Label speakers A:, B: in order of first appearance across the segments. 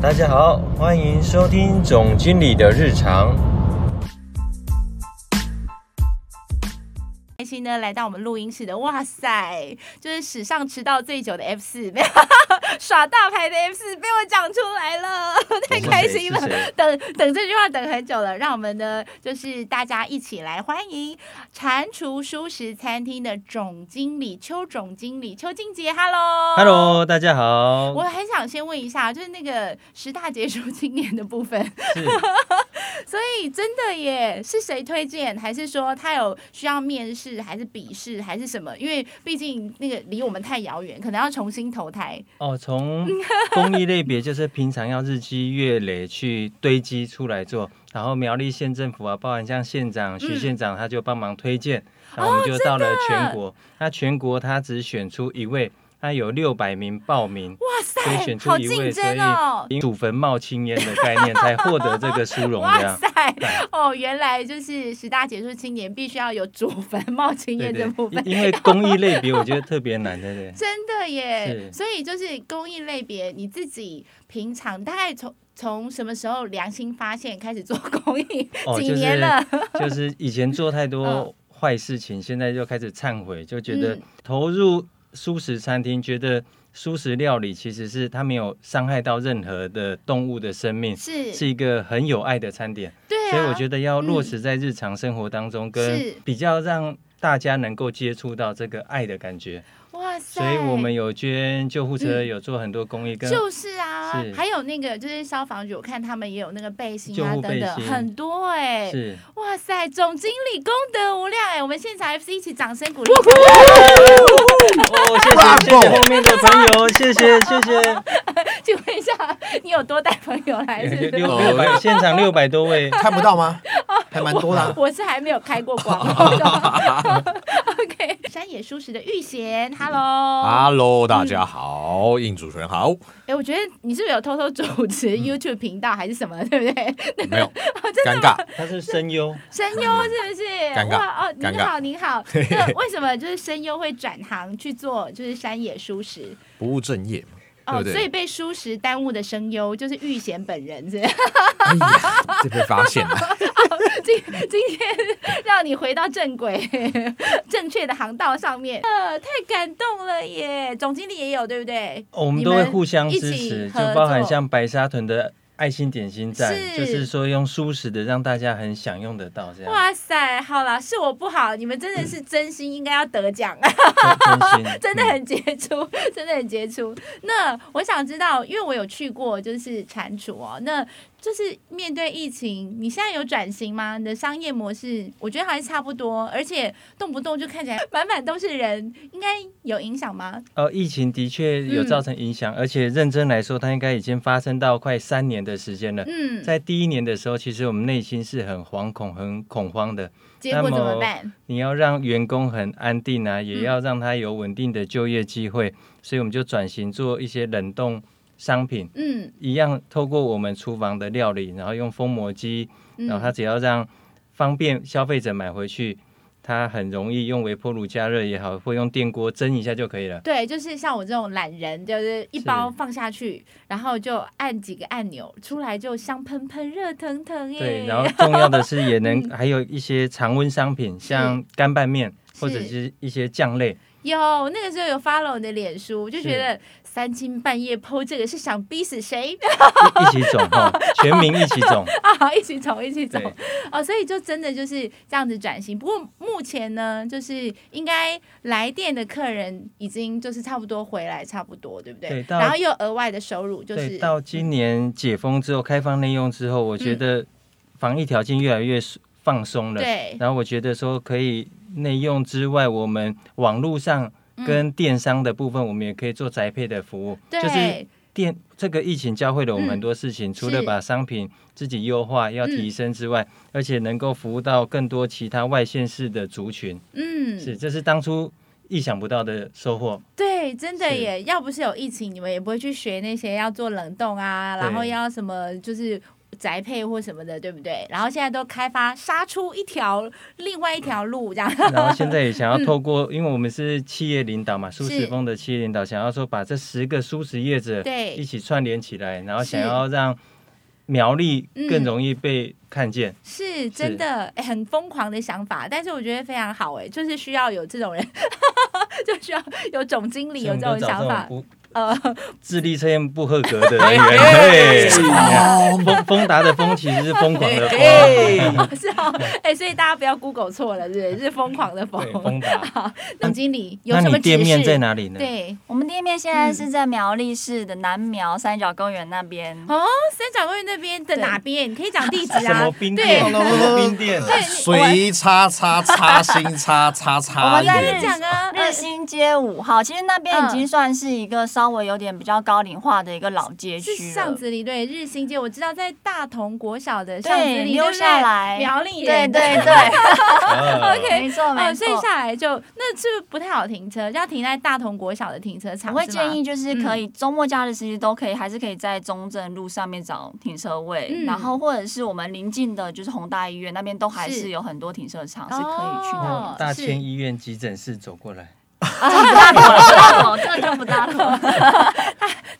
A: 大家好，欢迎收听总经理的日常。
B: 开心呢，来到我们录音室的，哇塞，就是史上迟到最久的 F 四，被 耍大牌的 F 四被我讲出来了，太开心了
A: 我是谁是谁。
B: 等等这句话等很久了，让我们呢，就是大家一起来欢迎蟾蜍舒食餐厅的总经理邱总经理邱静杰，Hello。
A: Hello，大家好
B: 我，很想先问一下，就是那个十大杰出青年的部分，
A: 是
B: 所以真的耶，是谁推荐？还是说他有需要面试，还是笔试，还是什么？因为毕竟那个离我们太遥远，可能要重新投胎。
A: 哦， 从公益类别就是平常要日积月累去堆积出来做，然后苗栗县政府啊，包含像县长徐
B: 嗯
A: 县长，他就帮忙推荐，然后我们就到了全国。那全国他只选出一位，他有六百名报名，
B: 哇塞
A: 所以选，出
B: 好
A: 一位，
B: 竞
A: 所
B: 争哦！
A: 以以祖坟冒青烟的概念才获得这个殊荣这
B: 哇
A: 样。
B: 塞，哦，原来就是十大杰出青年必须要有祖坟冒青
A: 对
B: 烟
A: 对
B: 这部，分。
A: 因因为公益类别我觉得特别难，对不 对？
B: 真的耶！
A: 是
B: 所以就是公益类别，你自己平常大概从从什么时候良心发现开始做公益？
A: 哦，
B: 几
A: 就是
B: 年了？
A: 就是以前做太多
B: 嗯
A: 坏事情，现在就开始忏悔，就觉得
B: 嗯
A: 投入素食餐厅，觉得素食料理其实是它没有伤害到任何的动物的生命，
B: 是
A: 是一个很有爱的餐点，
B: 对啊。
A: 所以我觉得要落
B: 嗯
A: 实在日常生活当中，跟
B: 是
A: 比较让大家能够接触到这个爱的感觉，
B: 得，哇塞！
A: 所以我们有捐救护车，
B: 嗯
A: 有做很多公益跟。
B: 就是啊，
A: 是
B: 还有那个就是消防局，我看他们也有那个背心
A: 救
B: 啊
A: 护
B: 等
A: 背
B: 等，
A: 心
B: 很多哎、
A: 是，
B: 哇塞，总经理功德无量哎、我们现场 FC 一起掌声鼓励。
A: 哦，谢谢谢谢后面的朋友，谢谢谢谢。
B: 请问一下，你有多带朋友来是不
A: 六六
B: 哦是？
A: 六百，现场六百多位。
C: 看不到吗？还蛮多的啊、
B: 我是还没有开过光头的。OK，山 野舒适的玉贤，Hello。
C: Hello，大家好，应主持人好，
B: 哎、我觉得你是不是有偷偷主持 YouTube 频道还是什么，对不对？
C: 没
B: 哦
C: 有，尴尬，
A: 他是声优，
B: 声优 是不是？
C: 尴尬
B: 哇哦，
C: 尴
B: 您
C: 尬
B: 好，您 好。那为什么就是声优会转行去做就是山野舒 适？
C: 不务正业嘛，
B: 哦，
C: 对不对
B: 所以被舒适耽误的声优就是玉贤本人，是
C: 哎呀，这被发现了，
B: 今今天让你回到正轨、 正确的航道上面，呃，太感动了耶！总经理也有对不对？
A: 哦我们
B: 你
A: 都
B: 们
A: 会互相
B: 一
A: 支
B: 起
A: 持，就
B: 合
A: 包含
B: 作
A: 像白沙屯的爱心点心站，
B: 是
A: 就是说用舒适的让大家很享用得到这
C: 啊
A: 样。
B: 哇塞，好啦，是我不好，你们真的是真心应该要得奖。啊
A: 真真心 嗯
B: 真的很杰出， 真的很杰出。那我想知道，因为我有去过，就是蟾蜍哦，那就是面对疫情，你现在有转型吗？你的商业模式，我觉得还是差不多，而且动不动就看起来满满都是人，应该有影响吗？
A: 呃，疫情的确有
B: 嗯
A: 造成影响，而且认真来说，它应该已经发生到快三年的时间了。
B: 嗯，
A: 在第一年的时候，其实我们内心是很惶恐、很恐慌的。
B: 结果怎么办？
A: 你要让员工很安定
B: 嗯
A: 啊，也要让他有稳定的就业机会，所以我们就转型做一些冷冻商品，
B: 嗯，
A: 一样透过我们厨房的料理，然后用封膜机，
B: 嗯
A: 然后它只要让方便消费者买回去，它很容易用微波炉加热也好，或用电锅蒸一下就可以了。
B: 对，就是像我这种懒人，就是一包放下去，然后就按几个按钮，出来就香喷喷、热腾腾耶。
A: 对，然后重要的是也 能还有一些常温商品，像干拌面或者是一些酱类，
B: 有那个时候有 follow 你的脸书，就觉
A: 是
B: 得三更半夜 PO 这个是想逼死谁
A: 一一起种哈，全民一起种。
B: 啊？一起走，一起走
A: 对
B: 哦，所以就真的就是这样子转型。不过目前呢，就是应该来电的客人已经就是差不多回来，差不多对不对？
A: 对到
B: 然后又有额外的收入，就是嗯
A: 对，到今年解封之后，开放内用之后，我觉得防疫条件越来越松放松了。
B: 对
A: 然后我觉得说可以内用之外，我们网络上
B: 嗯
A: 跟电商的部分，我们也可以做宅配的服务，
B: 对、
A: 就是电这个疫情教会了我们
B: 嗯
A: 很多事情，除了
B: 是嗯
A: 把商品自己优化要提升之外，而且能够服务到更多其他外县市的族群，
B: 嗯，
A: 是这是当初意想不到的收获。
B: 对，真的
A: 是
B: 耶！要不是有疫情，你们也不会去学那些要做冷冻啊，然后
A: 对
B: 要什么就是宅配或什么的，对不对？然后现在都开发杀出一条另外一条路，这样。
A: 然后现在也想要透过，因为我们是企业领导嘛，舒
B: 嗯是
A: 适风的企业领导，想要说把这十个舒适业者
B: 对
A: 一起串联起来，然后想
B: 是
A: 要让苗栗
B: 嗯
A: 更容易被看见。
B: 是真的、哎很疯狂的想法，但是我觉得非常好哎、就是需要有这种人， 就需要有总经理
A: 所以
B: 有
A: 我
B: 这
A: 们都
B: 种
A: 找
B: 想法，
A: 不
B: 呃，
A: 智力测验不合格的
C: 哎
A: 人
B: 哎
A: 员，对，丰丰达的丰其实是疯狂的疯，
B: 是哦，哎、所以大家不要 Google 错了，是不是？是疯狂的疯
A: 对，。丰达。
B: 好，总经理 有
A: 那
B: 什么
A: 你
B: 指
A: 店面在
B: 示？
A: 哪里呢？
B: 对，
D: 我们店面现在
B: 嗯
D: 是在苗栗市的南苗三角公园那边。
B: 哦，三角公园那边的
D: 对
B: 哪边？你可以讲地址
A: 什
B: 啊
A: 么。冰
B: 对
A: 店？什，么冰店？
B: 对，你
C: 水叉叉叉星叉叉
D: 我
C: 叉
D: 们在
B: 我
D: 日
B: 跟你讲啊，
D: 日新街五号，其实那边
B: 嗯
D: 已经算是一个稍微有点比较高龄化的一个老街
B: 是
D: 区
B: 巷
D: 了。
B: 子里对日新街，我知道在大同国小的巷子
D: 对，
B: 里，
D: 溜
B: 对不对
D: 下来，
B: 苗栗
D: 对
B: 人
D: 对对，
A: OK，
B: 对
D: 没错没
B: 哦，所以
D: 错。
B: 下来就那是不是不太好停车，要停在大同国小的停车场。
D: 我会
B: 是吗嗯
D: 建议，就是可以周末假日其实都可以，还是可以在中正路上面找停车位
B: 嗯，
D: 然后或者是我们临近的，就是宏大医院那边都还
B: 是
D: 是有很多停车场是可以去那
A: 嗯
B: 哦
D: 边。
A: 大千
B: 是
A: 医院急诊室走过 来，
B: 哦
D: 啊，这不大头，不 大头，这就不大头。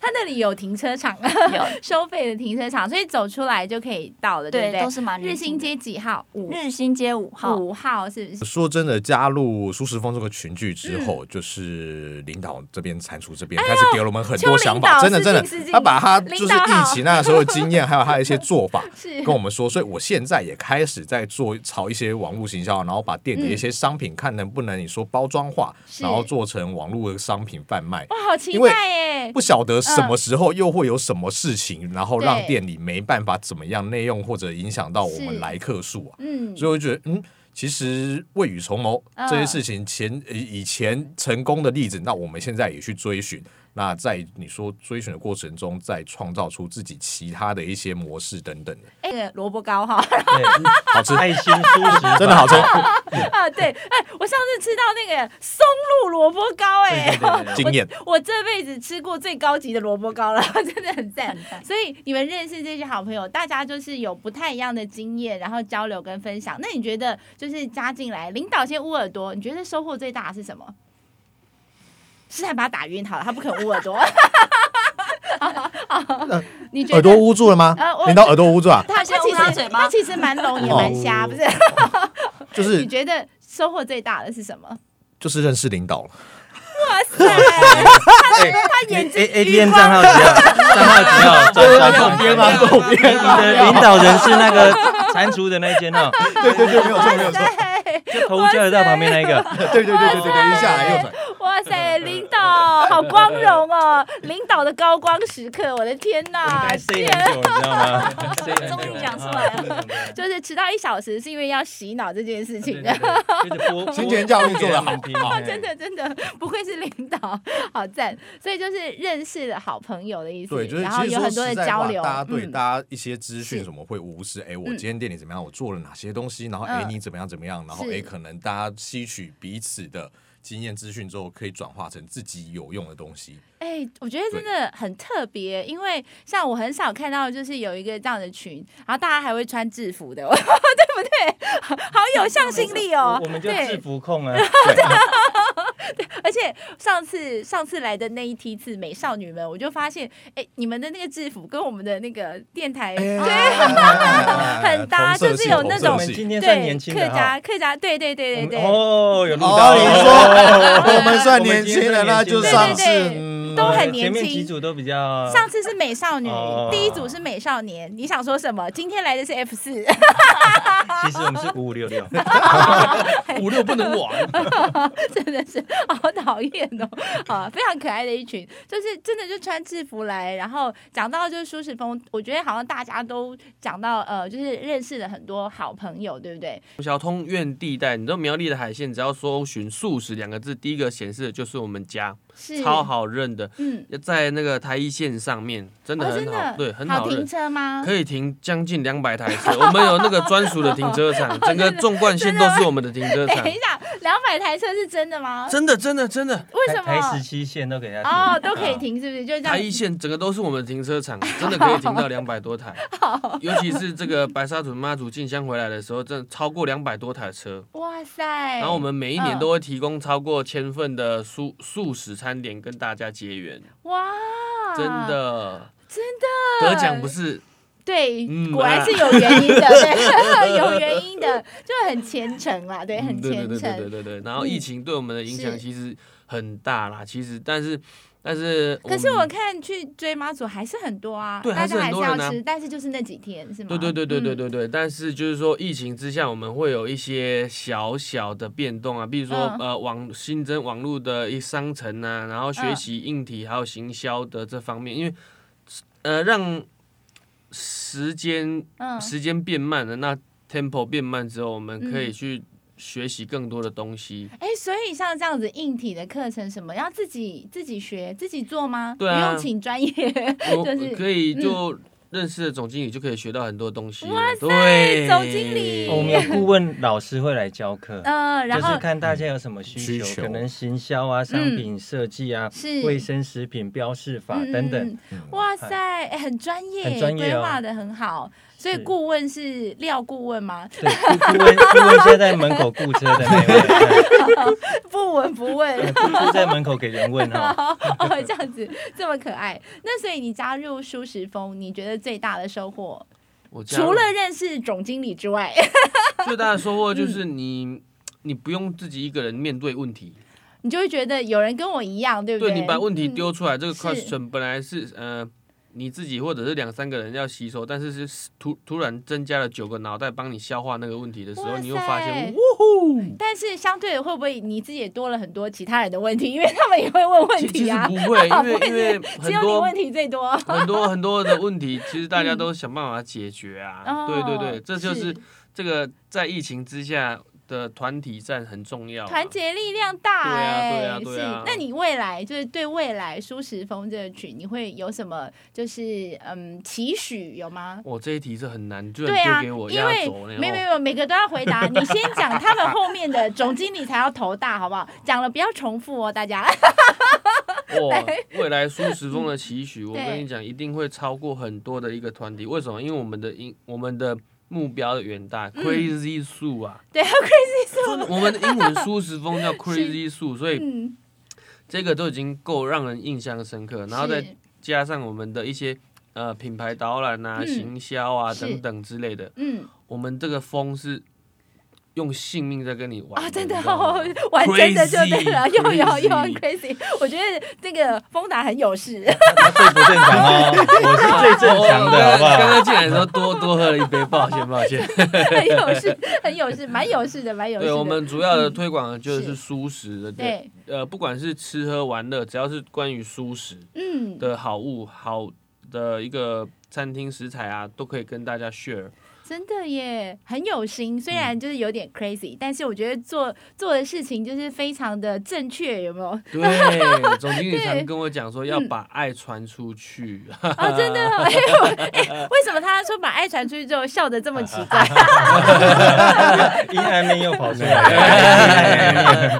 B: 他那里有停车场，
D: 有
B: 收费的停车场，所以走出来就可以到了，
D: 对，
B: 不
D: 都
B: 对？
D: 是蛮
B: 日新
D: 近的
B: 街
D: 嗯
B: 几号？五
D: 日新街五号，
B: 五号是不是？
C: 说真的，加入舒适风这个群聚之后，
B: 嗯
C: 就是领导这边、蟾蜍这边开始给了我们很多想法，
B: 哎邱
C: 真
B: 领导
C: 的真的
B: 是敬是，敬
C: 他把他就是
B: 领导好
C: 疫情那时候的经验，还有他的一些做法，
B: 是
C: 跟我们说，所以我现在也开始在做炒一些网络行销，然后把店里的一些商品看能不能你说包装化，
B: 是
C: 然后做成网络的商品贩卖。
B: 哇，好期
C: 因为
B: 待耶！
C: 不晓得什么时候又会有什么事情，然后让
B: 对
C: 店里没办法怎么样内用或者影响到我
B: 是
C: 们来客数啊。
B: 嗯，
C: 所以我就觉得，嗯，其实未雨绸缪
B: 嗯
C: 这些事情前以以前成功的例子，那我们现在也去追寻。那在你说追寻的过程中，再创造出自己其他的一些模式等等的，
B: 哎，那个萝卜糕哈，
A: 对，好吃，爱心舒 适，
C: 真的好吃。
B: 啊，对，哎，我上次吃到那个松露萝卜糕，哎，
A: 对对对
C: 经验
B: 我我这辈子吃过最高级的萝卜糕了， 真的很赞。
D: 很赞
B: 所以你们认识这些好朋友，大家就是有不太一样的经验，然后交流跟分享。那你觉得就是加进来领导先捂耳朵，你觉得收获最大的是什么？是他把他打晕好了，他不肯捂 耳朵。你觉
C: 耳朵
B: 得？
C: 捂住了吗
B: 呃我？
C: 领导耳朵捂住啊，
B: 他他其
D: 他现在捂他
B: 实
D: 嘴巴
B: 他其实蛮聋也 蛮瞎，不是？
C: 就
B: 你
C: 是
B: 觉得收获最大的是什么？
C: 就是认识领导了。
B: 哇塞！
A: 他眼 A A T M 账号几号？账号几号？转转左边吗？左边。你的领导人是那个蟾蜍的那一间哦，
C: 对对对，没有错没有错，
A: 就头交流道旁边那一个。
C: 对对对对对对，一下来右转。
B: 哇塞，领导好光荣哦！领导的高光时刻，我的天哪！
A: 塞很久，你知道吗？ 塞很久
D: 终于讲出来 了。
B: 就是迟到一小时是因为要洗脑这件事情
A: 对
B: 的。
A: 对对就是播
C: 金钱教育做得好
A: 播给他们听
B: 真的真的不愧是领导，好赞！所以就是认识了好朋友的意思，
C: 对，就是
B: 然后
C: 其实
B: 有
C: 说
B: 很多的
C: 实在
B: 交
C: 话，
B: 流，
C: 大家对
B: 嗯
C: 大家一些资
B: 是
C: 讯什么会无视，哎，我
B: 嗯
C: 今天店里怎么样，我做了哪些东西，然后哎
B: 嗯
C: 你怎么样怎么样，然后
B: 是
C: 哎可能大家吸取彼此的经验资讯之后，可以转化成自己有用的东西。
B: 哎、我觉得真的很特别，因为像我很少看到，就是有一个这样的群，然后大家还会穿制服的，对 不对？好有向心力哦！
A: 我我们就
B: 对
A: 制服控啊，
B: 而且上次上次来的那一梯次美少女们，我就发现，哎、你们的那个制服跟我们的那个电台、
A: 哎
C: 哎对
B: 很搭就是有那
A: 我
B: 种
A: 们今天算
B: 对
A: 年轻
B: 客
A: 的哈
B: 家。客家，对对对对对，
A: 哦，有录到
C: 哦，你说我们算年轻的，那就
A: 对对
C: 上次
B: 对
C: 嗯
B: 都很年
A: 前面
B: 轻
A: 几组都比较
B: 上次是美少女，
A: 哦
B: 第一组是美少年。你想说什么？今天来的是 F 四，
A: 其实我们是五五六六，
C: 五六不能玩。
B: 真的是好讨厌哦！啊，非常可爱的一群，就是真的就穿制服来，然后讲到就是舒适风，我觉得好像大家都讲到呃，就是认识了很多好朋友，对不对？
E: 小通苑地带，你知道苗栗的海鲜，只要搜寻“素食”两个字，第一个显示的就是我们家。
B: 是
E: 超好认的，
B: 嗯，
E: 在那个台一线上面真的
B: 哦，真
E: 很好，
B: 的
E: 对，很
B: 好
E: 好
B: 停
E: 认。
B: 车吗？
E: 可以停将近两百台车，我们有那个专属的停 车场，整个纵贯线都是我们的停车场
B: 等。一下，两百台车是真的吗？
E: 真的，真的，真的，
B: 为什
A: 台十
B: 么？
A: 七线都给他停
B: 哦，都可以停，是不是？就这样
E: 台。一线整个都是我们的停车 场，真的可以停到两百多台。尤其是这个白沙屯妈祖进香回来的时候，真的超过两百多台车。
B: 哇塞！
E: 然后我们每一年
B: 嗯
E: 都会提供超过千份的素素食餐点跟大家结缘，
B: 哇，
E: 真的
B: 啊真
E: 得奖不是
B: 对，
E: 嗯
B: 果然
E: 啊
B: 是有原因的， 对，有原因的，就很虔诚啦，对，
E: 嗯
B: 哎很
E: 对对
B: 虔
E: 对对对
B: 诚。
E: 对对。然后
B: 嗯
E: 疫情对我们的影响
B: 是
E: 其实很大啦，其实但是但是
B: 可是
E: 们
B: 我看去追妈祖还是很多啊，
E: 对
B: 大
E: 还是
B: 家还
E: 很
B: 是
E: 多
B: 要
E: 人啊
B: 吃，但是就是那几天是吗？
E: 对对对对对
B: 嗯
E: 对对，但是就是说，疫情之下，我们会有一些小小的变动啊，比如说、
B: 嗯
E: 呃网新增网络的一商城啊，然后学
B: 嗯
E: 习硬体还有行销的这方面，因为呃让时间
B: 嗯，
E: 时间变慢了，那 tempo 变慢之后，我们可以
B: 嗯
E: 去学习更多的东西。
B: 哎，所以像这样子硬体的课程什么，要自己自己学自己做吗？
E: 对啊
B: 不用请专业。
E: 我
B: 就是
E: 可以就认识了总经理，就可以学到很多东西了。
B: 嗯哇塞
E: 对，
B: 总经理
A: 我们有顾问老师会来教课，
B: 嗯，然
A: 就是
B: 后
A: 看大家有什么需
C: 嗯需
A: 求，
C: 求
A: 可能行销啊、商品设计啊、
B: 嗯是
A: 卫生食品标示法
B: 嗯
A: 等等。
B: 嗯嗯哇塞，哎很专业，
A: 很专业
B: 规
A: 哦
B: 划的很好。所以
A: 是
B: 顾问是廖顾问吗？
A: 对，顾
B: 嗯
A: 顾问顾问现在在门口雇车的那 位，
B: 不闻不问。
A: 哎顾顾在门口给人问哈。
B: 哦，这样子这么可爱。那所以你加入舒适风，你觉得最大的收获，
E: 我加
B: 除
E: 入
B: 了认识总经理之外，
E: 最大的收获就是
B: 嗯
E: 你，你不用自己一个人面对问题，
B: 你就会觉得有人跟我一样，对不
E: 对
B: 对？嗯
E: 你把问题丢出来，这个
B: 是
E: question 本来是呃你自己或者是两三个人要吸收，但是是突突然增加了九个脑袋帮你消化那个问题的时
B: 哇
E: 候，
B: 塞
E: 你又发现哇
B: 嗯。但是相对的，会不会你自己也多了很多其他人的问题？因为他们也会问问
E: 其其
B: 题
E: 实
B: 啊，
E: 不会，因
B: 不会
E: 为因为
B: 只
E: 很
B: 有你
E: 多
B: 问题最多。
E: 很多很多的问题，其实大家都想办法解决啊。对对 对，
B: 哦
E: 这就是
B: 是
E: 这个在疫情之下的团体战很重要啊，
B: 团结力量大
E: 对啊
B: 哎、
E: 对啊对啊
B: 是。那你未来就是对未来舒适风这个曲，你会有什么就是嗯期许有吗？
E: 我这一题是很难，居
B: 对啊，
E: 然丢给我
B: 因
E: 压
B: 为
E: 轴呢。
B: 没有没
E: 哦
B: 有没有每个都要回答，你先讲他们后面的总经理才要头大，好不好？讲了不要重复哦，大家。
E: 哇，未来苏时峰的期许，我
B: 嗯对
E: 跟你讲，一定会超过很多的一个团体。为什么？因为我们的英，我们的目标的远大、c
B: 嗯
E: r a z y 树啊，
B: 对
E: 真的我们的英文苏时峰 叫 Crazy 树，所以
B: 嗯，
E: 这个都已经够让人印象深刻。然后再
B: 是
E: 加上我们的一些呃品牌导览啊、
B: 嗯
E: 行销啊
B: 是
E: 等等之类的，
B: 嗯
E: 我们这个风是用性命在跟你玩
B: 啊，真的
E: 你知道
B: 哦
E: 吗，
B: 玩真的就对了，
E: Crazy，
B: 又有又很
E: crazy
B: crazy，我觉得这个风达很有事。
A: 他最不正常 哦，我是最正常
B: 哦
A: 的，好不
E: 哦
A: 好？
E: 刚刚进来的时候多多喝了一杯，抱歉抱歉。
B: 很有事，很有事，蛮有事的，蛮 有事
E: 对
B: 的。
E: 我们主要的推广就是
B: 是
E: 舒适的，对，
B: 对，
E: 呃，不管是吃喝玩乐，只要是关于舒适
B: 嗯，
E: 的好物、好的一个餐厅食材啊，都可以跟大家 share。
B: 真的耶，很有心。虽
C: 嗯
B: 然就是有点 crazy，、但是我觉得做做的事情就是非常的正确，有没 有？
E: 对，总经理常
B: 对嗯
E: 跟我讲说要把爱传出 去，
B: 啊，真的哦，哎、我哎为什么他说把爱传出去之后笑的这么奇怪？
A: 一暗面又跑出来，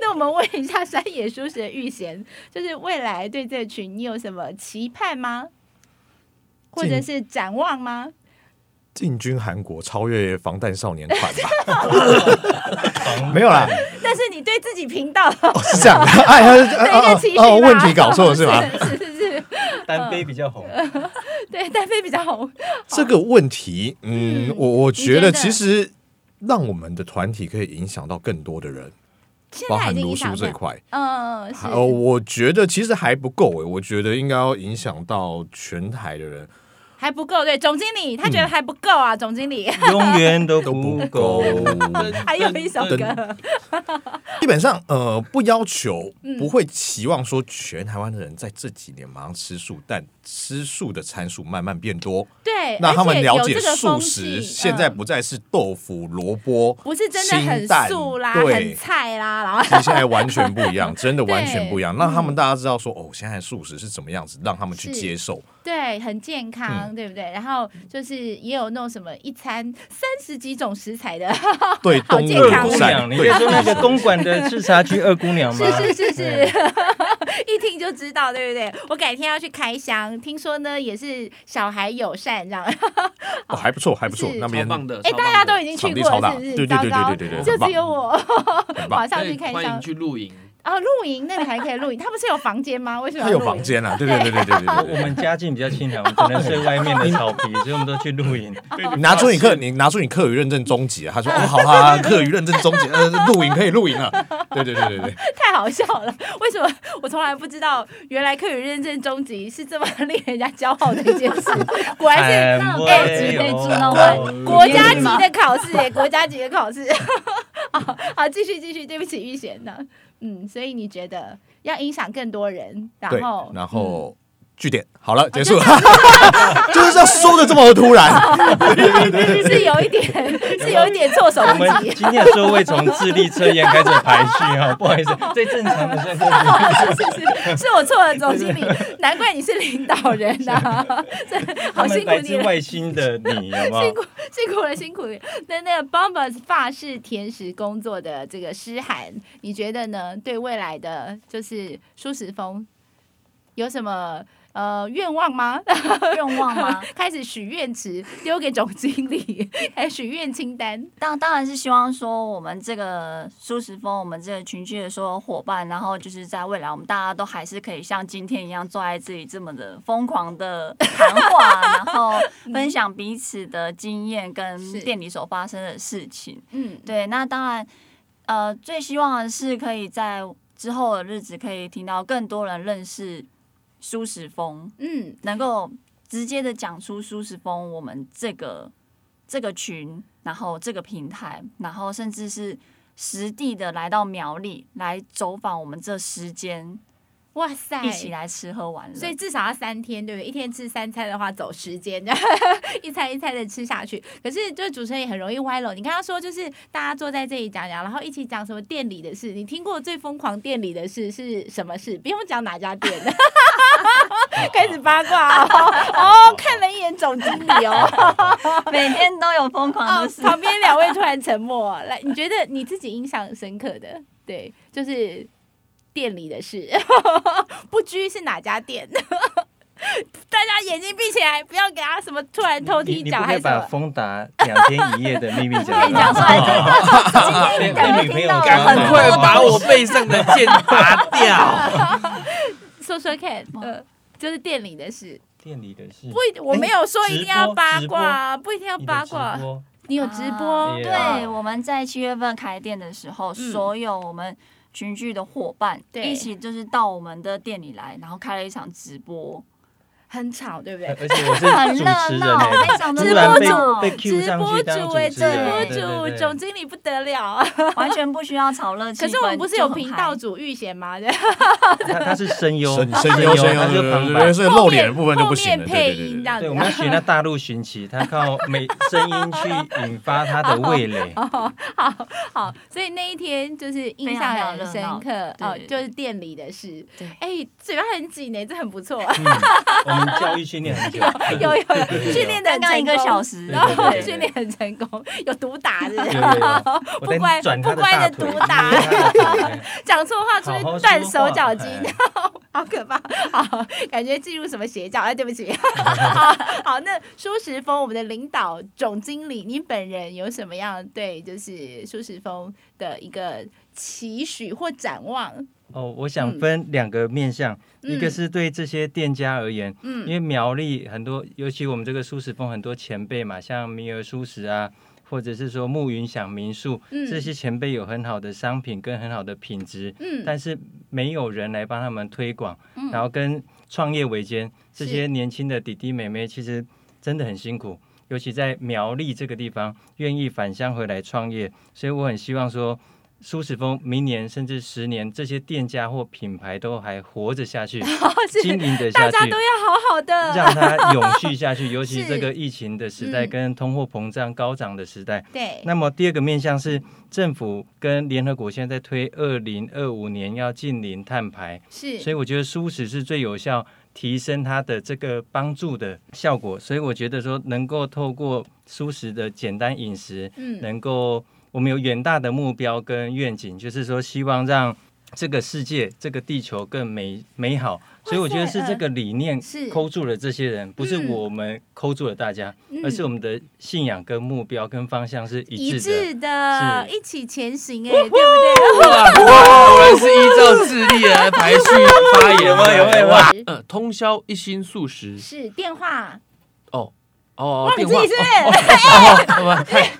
B: 那我们问一下山野书史的玉贤，就是未来对这群你有什么期盼吗？或者是展望吗？
C: 进军韩国，超越防弹少年团吧？没有啦，
B: 但是你对自己频道
C: 哦是这样的。 哎，他是
B: 的一个期许吧、
C: 哦，问题搞错了是吗？
B: 是是是，
A: 单飞比较红，
B: 对，单飞比较红。
C: 这个问题，嗯
B: 嗯，
C: 我我觉
B: 你觉得
C: 得其实让我们的团体可以影响到更多的人，
B: 现
C: 包
B: 在
C: 含
B: 已经
C: 读
B: 影
C: 书
B: 响
C: 这一
B: 到，
C: 块。
B: 嗯，是，
C: 欸哦，我觉得其实还不够诶，我觉得应该要影响到全台的人。
B: 还不够，对，总经理他觉得还不够啊，总经理
A: 永远都
C: 都不
A: 不
C: 够
A: 够。。
B: 还有一首
C: 对
B: 歌，
C: 基本上，呃，不要求，
B: 嗯
C: 不会期望说全台湾的人在这几年马上吃素，但吃素的参数慢慢变多，
B: 对，
C: 那他
B: 而
C: 们
B: 且
C: 了
B: 有
C: 解
B: 这个
C: 素
B: 风
C: 食
B: 气
C: 现在
B: 嗯
C: 不再是豆腐、萝卜，
B: 不是真的很
C: 清淡
B: 素啦，
C: 对
B: 很菜啦，然后
C: 其实现在完全不一样，真的完全不一样，
B: 对
C: 让他们大家知道说，哦，现在素食是怎么样子，让他们去
B: 是哦
C: 接受。
B: 对，很健康，对不对？然后就是也有那种什么一餐三十几种食材的，
C: 对
B: 好
C: 动
B: 健
C: 物
B: 康
A: 二
B: 哦
C: 友
A: 姑
C: 善，
A: 娘，你
C: 对
A: 在说那个公馆的视察区二姑娘吗？
B: 是 是是是
A: 对，
B: 一听就知道，对不对？我改天要去开箱，听说呢也是小孩友善这样。
C: 哦还不错，还不错
B: 是，
C: 那
E: 超
C: 边
E: 棒的！
B: 哎，
E: 超棒
B: 大家
E: 的
B: 都已经去
C: 场地
B: 过
C: 超
B: 了，
C: 大，
B: 是不
C: 对
B: 是？
C: 对对
B: 糟
C: 对
B: 糕
C: 对对对，
B: 就
C: 很棒
B: 只有我，
C: 很棒
B: 马。上
E: 可
B: 去
E: 以
B: 开
E: 欢迎
B: 箱。
E: 去露营，
B: 哦，露营那里还可以露营，它不是有房间吗？为什么
C: 它
B: 要
C: 有
B: 露
C: 房
B: 营？
C: 间啊，对对对对对 对
A: 我
C: 对
A: 们家境比较清寒，我们只能睡外面的草皮，所以我们都去露营。
C: 对。你拿出你课，你拿出你课余认证终极啊！ 他说：“哦，好啊，课余认证终极，呃，露营可以露营啊！”对对对对对，
B: 太好笑了！为什么 我从来不知道，原来课余认证终极是这么令人家骄傲的一件 事？果然是
A: 哎
D: 那种
A: 我
D: 高
A: 也
D: 级
A: 有
D: 内助那种
A: 哦
B: 国家级的考试
C: 嗯
B: 耶，国家级的考试。 好好，继续继续，对不起，玉贤呢？嗯，所以你觉得要影响更多人，然
C: 对
B: 后，
C: 然
B: 嗯
C: 后据点好了，结束了，就是要说的这么突然，
B: 嗯是有一点 是有一点措手
A: 我
B: 不
A: 们
B: 及。
A: 今天的座位从智力测验开始排序哈，不好意思，最正常的顺序。
B: 是是，是我错了，总经理，难怪你是领导人呐、 真的
A: 他
B: 好辛
A: 们
B: 苦
A: 来
B: 你
A: 自
B: 了。
A: 外星的你，好不好
B: 辛？苦辛苦了，辛苦了。 那那个 Bombas 法式甜食工作的这个诗涵，你觉得呢？对未来的就是舒适风有什么呃愿望吗？
D: 啊愿望 吗？
B: 开始许愿池丢给总经理， 还许愿清单。
D: 当当然是希望说我们这个舒适风，我们这个群聚的所有伙伴，然后就是在未来，我们大家都还是可以像今天一样坐在这里这么的疯狂的谈话，然后分享彼此的经验跟
B: 是
D: 店里所发生的事情。
B: 嗯，
D: 对，那当然，呃，最希望的是可以在之后的日子可以听到更多人认识舒适风，
B: 嗯，
D: 能够直接的讲出舒适风我们这个这个群，然后这个平台，然后甚至是实地的来到苗栗来走访我们这十间，
B: 哇塞，
D: 一起来吃喝玩乐。
B: 所以至少要三天，对不对？一天吃三餐的话，走时间， 一餐一餐的吃下去。可是，就是主持人也很容易歪楼。你刚刚说，就是大家坐在这里讲讲，然后一起讲什么店里的事。你听过最疯狂店里的事是什么事？不用讲哪家店， 开始八卦哦。哦，看了一眼总经理哦。
D: 每天都有疯狂
B: 哦
D: 的，事。
B: 旁边两位突然沉默。 来，你觉得你自己印象深刻的，对，就是店里的事， 不拘是哪家店？ 大家眼睛闭起来，不要给他什么突然偷
A: 你
B: 踢
A: 你
B: 脚
A: 不可
B: 还
A: 以
B: 是什
A: 把
B: 么。
A: 丰达两天一夜的秘密讲
D: 可以讲出来
A: 被
D: 讲
A: 被女朋友
D: 听到了
A: 抓到
D: 很
E: 赶快把我背上的剑拔掉！
B: 说说看，
D: 嗯
B: 呃，就是店里的事，
A: 店里的事。
B: 不一定，我没有说一定要八
A: 哎直播
B: 卦啊，不一定要
A: 你的
B: 八
A: 直
B: 卦。
A: 播
B: 你有直
D: 啊
B: 播，
A: Yeah
D: 对，我们在七月份开店的时候，
B: 嗯
D: 所有我们群聚的伙伴
B: 对
D: 一起就是到我们的店里来，然后开了一场直播，
B: 很吵，对不对
A: 而？而且我是
D: 很
A: 主
D: 热
A: 持人
D: 闹，
A: 欸
D: 非常的
A: 突
B: 直
A: 然
B: 播
A: 被
D: 热
A: 被
D: 闹，
A: Q
B: 直
A: 上
B: 播
A: 去当
B: 主
A: 主
B: 哎，
A: 持人，
B: 直
A: 对
B: 播主
A: 对
B: 总
A: 对。
B: 经理不得了啊！
D: 完全不需要炒热气
B: 可
D: 氛。
B: 是我们不是有
D: 就很
B: 频
D: 嗨
B: 道主预选吗？
A: 他他是声优，
C: 声声优声优，
A: 他
C: 对
A: 就旁
C: 对
A: 白
C: 对，。所以露脸的部分就不行
B: 后
C: 了，
B: 面
C: 对
B: 配
C: 对
B: 音
C: 对
B: 这样
A: 对，
C: 对。
A: 我们 要学那大陆寻奇，他靠美声音去引发他的味蕾。
B: 哦好好，所以那一天就是印象很深刻
D: 非常非常热闹
B: 哦，
D: 对
B: 就是店里的事。
D: 对
B: 哎、嘴巴很紧欸呢，这很不 错，
A: 嗯，我们教育训练 很久，
B: 有有有，训练的
D: 刚
B: 很
D: 刚
B: 成
D: 一个小
B: 功。
D: 时，
B: 然后
A: 对对对
B: 训练很成功，有毒打的，
A: 有有有我
B: 不
A: 在
B: 乖
A: 转他
B: 不
A: 的
B: 乖
A: 大
B: 的
A: 腿嗯
B: 毒，打，
A: 对
B: 讲错话出
A: 好好
B: 去
A: 说
B: 断手脚
A: 话
B: 筋
A: 哎，
B: 好可怕！好，感觉进入什么邪教？哎，对不起。 好，好那舒适峰，我们的领导总经理，您本人有什么样对就是舒适峰的一个期许或展望？
A: 哦，我想分两个面向，
B: 嗯
A: 一个是对这些店家而言，因
B: 嗯
A: 为苗栗很多，尤其我们这个素食风很多前辈嘛，像米尔素食啊，或者是说暮云享民宿，
B: 嗯
A: 这些前辈有很好的商品跟很好的品质，
B: 嗯
A: 但是没有人来帮他们推广，
B: 嗯
A: 然后跟创业维艰这
B: 是
A: 些年轻的弟弟妹妹，其实真的很辛苦，尤其在苗栗这个地方，愿意返乡回来创业，所以我很希望说。舒适风明年甚至十年，这些店家或品牌都还活着下去，
B: 哦是
A: 经营得下
B: 大
A: 去，
B: 家都要好好的，
A: 让它永续下去，尤其
B: 是
A: 这个疫情的时代
B: 嗯
A: 跟通货膨胀高涨的时代。
B: 对，
A: 那么第二个面向是政府跟联合国现在在推二零二五年要近零碳排，
B: 是
A: 所以我觉得舒适是最有效提升它的这个帮助的效果。所以我觉得说能够透过舒适的简单饮食，
B: 嗯，
A: 能够我们有远大的目标跟愿景，就是说希望让这个世界、这个地球更美美好。所以我觉得是这个理念
B: 嗯是
A: 扣住了这些人，不是
B: 嗯
A: 我们扣住了大家，
B: 嗯
A: 而是我们的信仰跟目标跟方向是一
B: 一
A: 致的。
B: 致的，
A: 是
B: 一起前行，哎，对不对？
E: 哇，果然是依照智力来排序发言吗？有没有？嗯，通宵一心素食
B: 是电话，
E: 哦。哦，
B: 哇
E: 电
B: 你
E: 话
B: 自己是
E: 哦哦哦哦太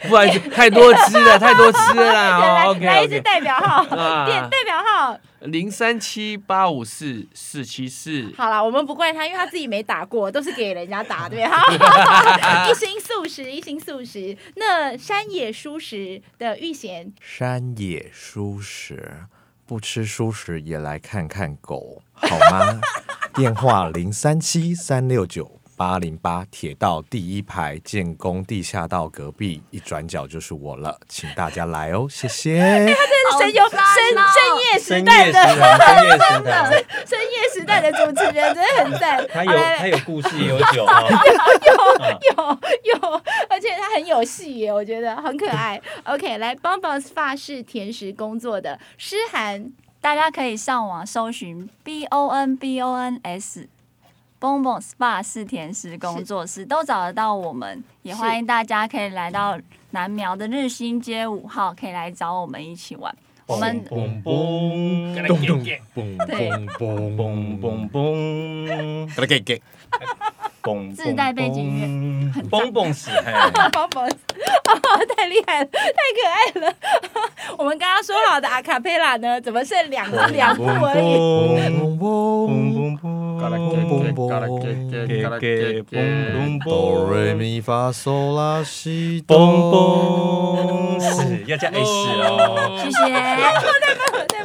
E: 不好意思，太多吃了，太多吃了 啦。
B: 来
E: 哦
B: 来
E: OK
B: 一支
E: OK，
B: 代表号，
E: 啊
B: 电，代表号。
E: 零三七八五四四七四，
B: 好了，我们不怪他，因为他自己没打过，都是给人家 打，对 哈。一心素食，一心素食。那山野蔬食的玉贤，
F: 山野蔬食，不吃蔬食也来看看狗，好吗？电话零三七三六九八零八，铁道第一排，建工地下道隔壁，一转角就是我了，请大家来哦，谢谢。
B: 这是神游深深夜时
A: 深夜
B: 代
A: 食
B: 的
A: 堂，深夜食 堂，
B: 深夜时 代的主持人，真的很赞。
A: 他有
B: 好来
A: 他有故事也有 酒哦。
B: 有有，而且他很有戏耶，我觉得很可爱。OK，来帮帮法式甜食工作的诗涵，
D: 大家可以上网搜寻 B O N B O N S。bonbon SPA 是甜食工作室都找得到我们，也
B: 是
D: 欢迎大家可以来到南苗的日新街五号，可以来找我们一起玩。我们
A: 嘣嘣
C: 咚咚嘣
D: 对
C: 嘣嘣
A: 嘣嘣 嘣
C: 给给给，
A: 嘣，
D: 自带背景
A: 乐，嘣嘣死，嘿
B: 帮帮， 哦，太厉害了，太可爱了。 我们刚刚说好的阿卡贝拉呢，怎么剩两两步而已？
A: 嘣
F: 嗡嗡
A: 嘣
F: 嘣
A: 嘣嘣，给给嘣嘣
F: 哆
A: 嘣
F: 瑞。咪发嗦啦西
A: 嘣
F: 哆
A: 嘣，是要加 S 哦。
D: 谢谢。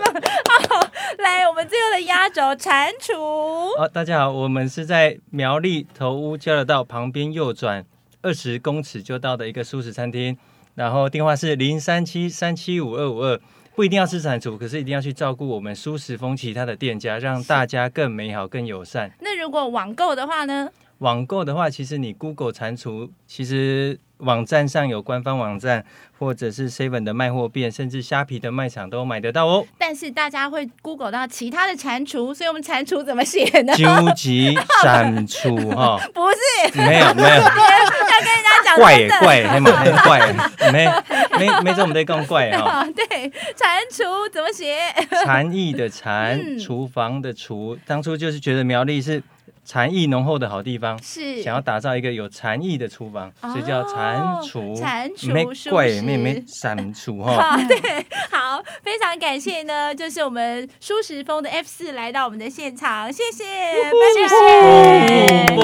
B: 来，我们最后的压轴蟾蜍，
A: 啊，大家好，我们是在苗栗头屋交流道旁边右转二十公尺就到的一个素食餐厅，然后电话是零三七三七五二五二。不一定要吃蟾蜍，可是一定要去照顾我们舒适风其他的店家，让大家更美好、更友善。
B: 那如果网购的话呢？
A: 网购的话，其实你 Google 蟾蜍，其实网站上有官方网站，或者是 Seven 的卖货店，甚至虾皮的卖场都买得到哦。
B: 但是大家会 Google 到其他的蟾蜍，所以我们蟾蜍怎么写呢？
A: 究极蟾蜍哈，
B: 不是，
A: 没有没有，
B: 大家讲
A: 怪
B: 真
A: 耶
B: 的。
A: 怪耶，嘿嘛嘿怪耶，没没没这种在讲怪耶哈。
B: 啊， 对，蟾蜍怎么写？
A: 禅意的禅，
B: 嗯
A: 厨房的厨，当初就是觉得苗栗是禅意浓厚的好地方，
B: 是
A: 想要打造一个有禅意的厨房，所以叫
B: 哦
A: 蟾蜍。
B: 蟾蜍
A: 没
B: 是不
A: 怪
B: 是
A: 耶，没没蟾蜍哈。
B: 好，对， 好，非常感谢呢，就是我们舒适风的 F 四来到我们的现场，谢谢，拜拜。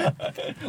A: 嘣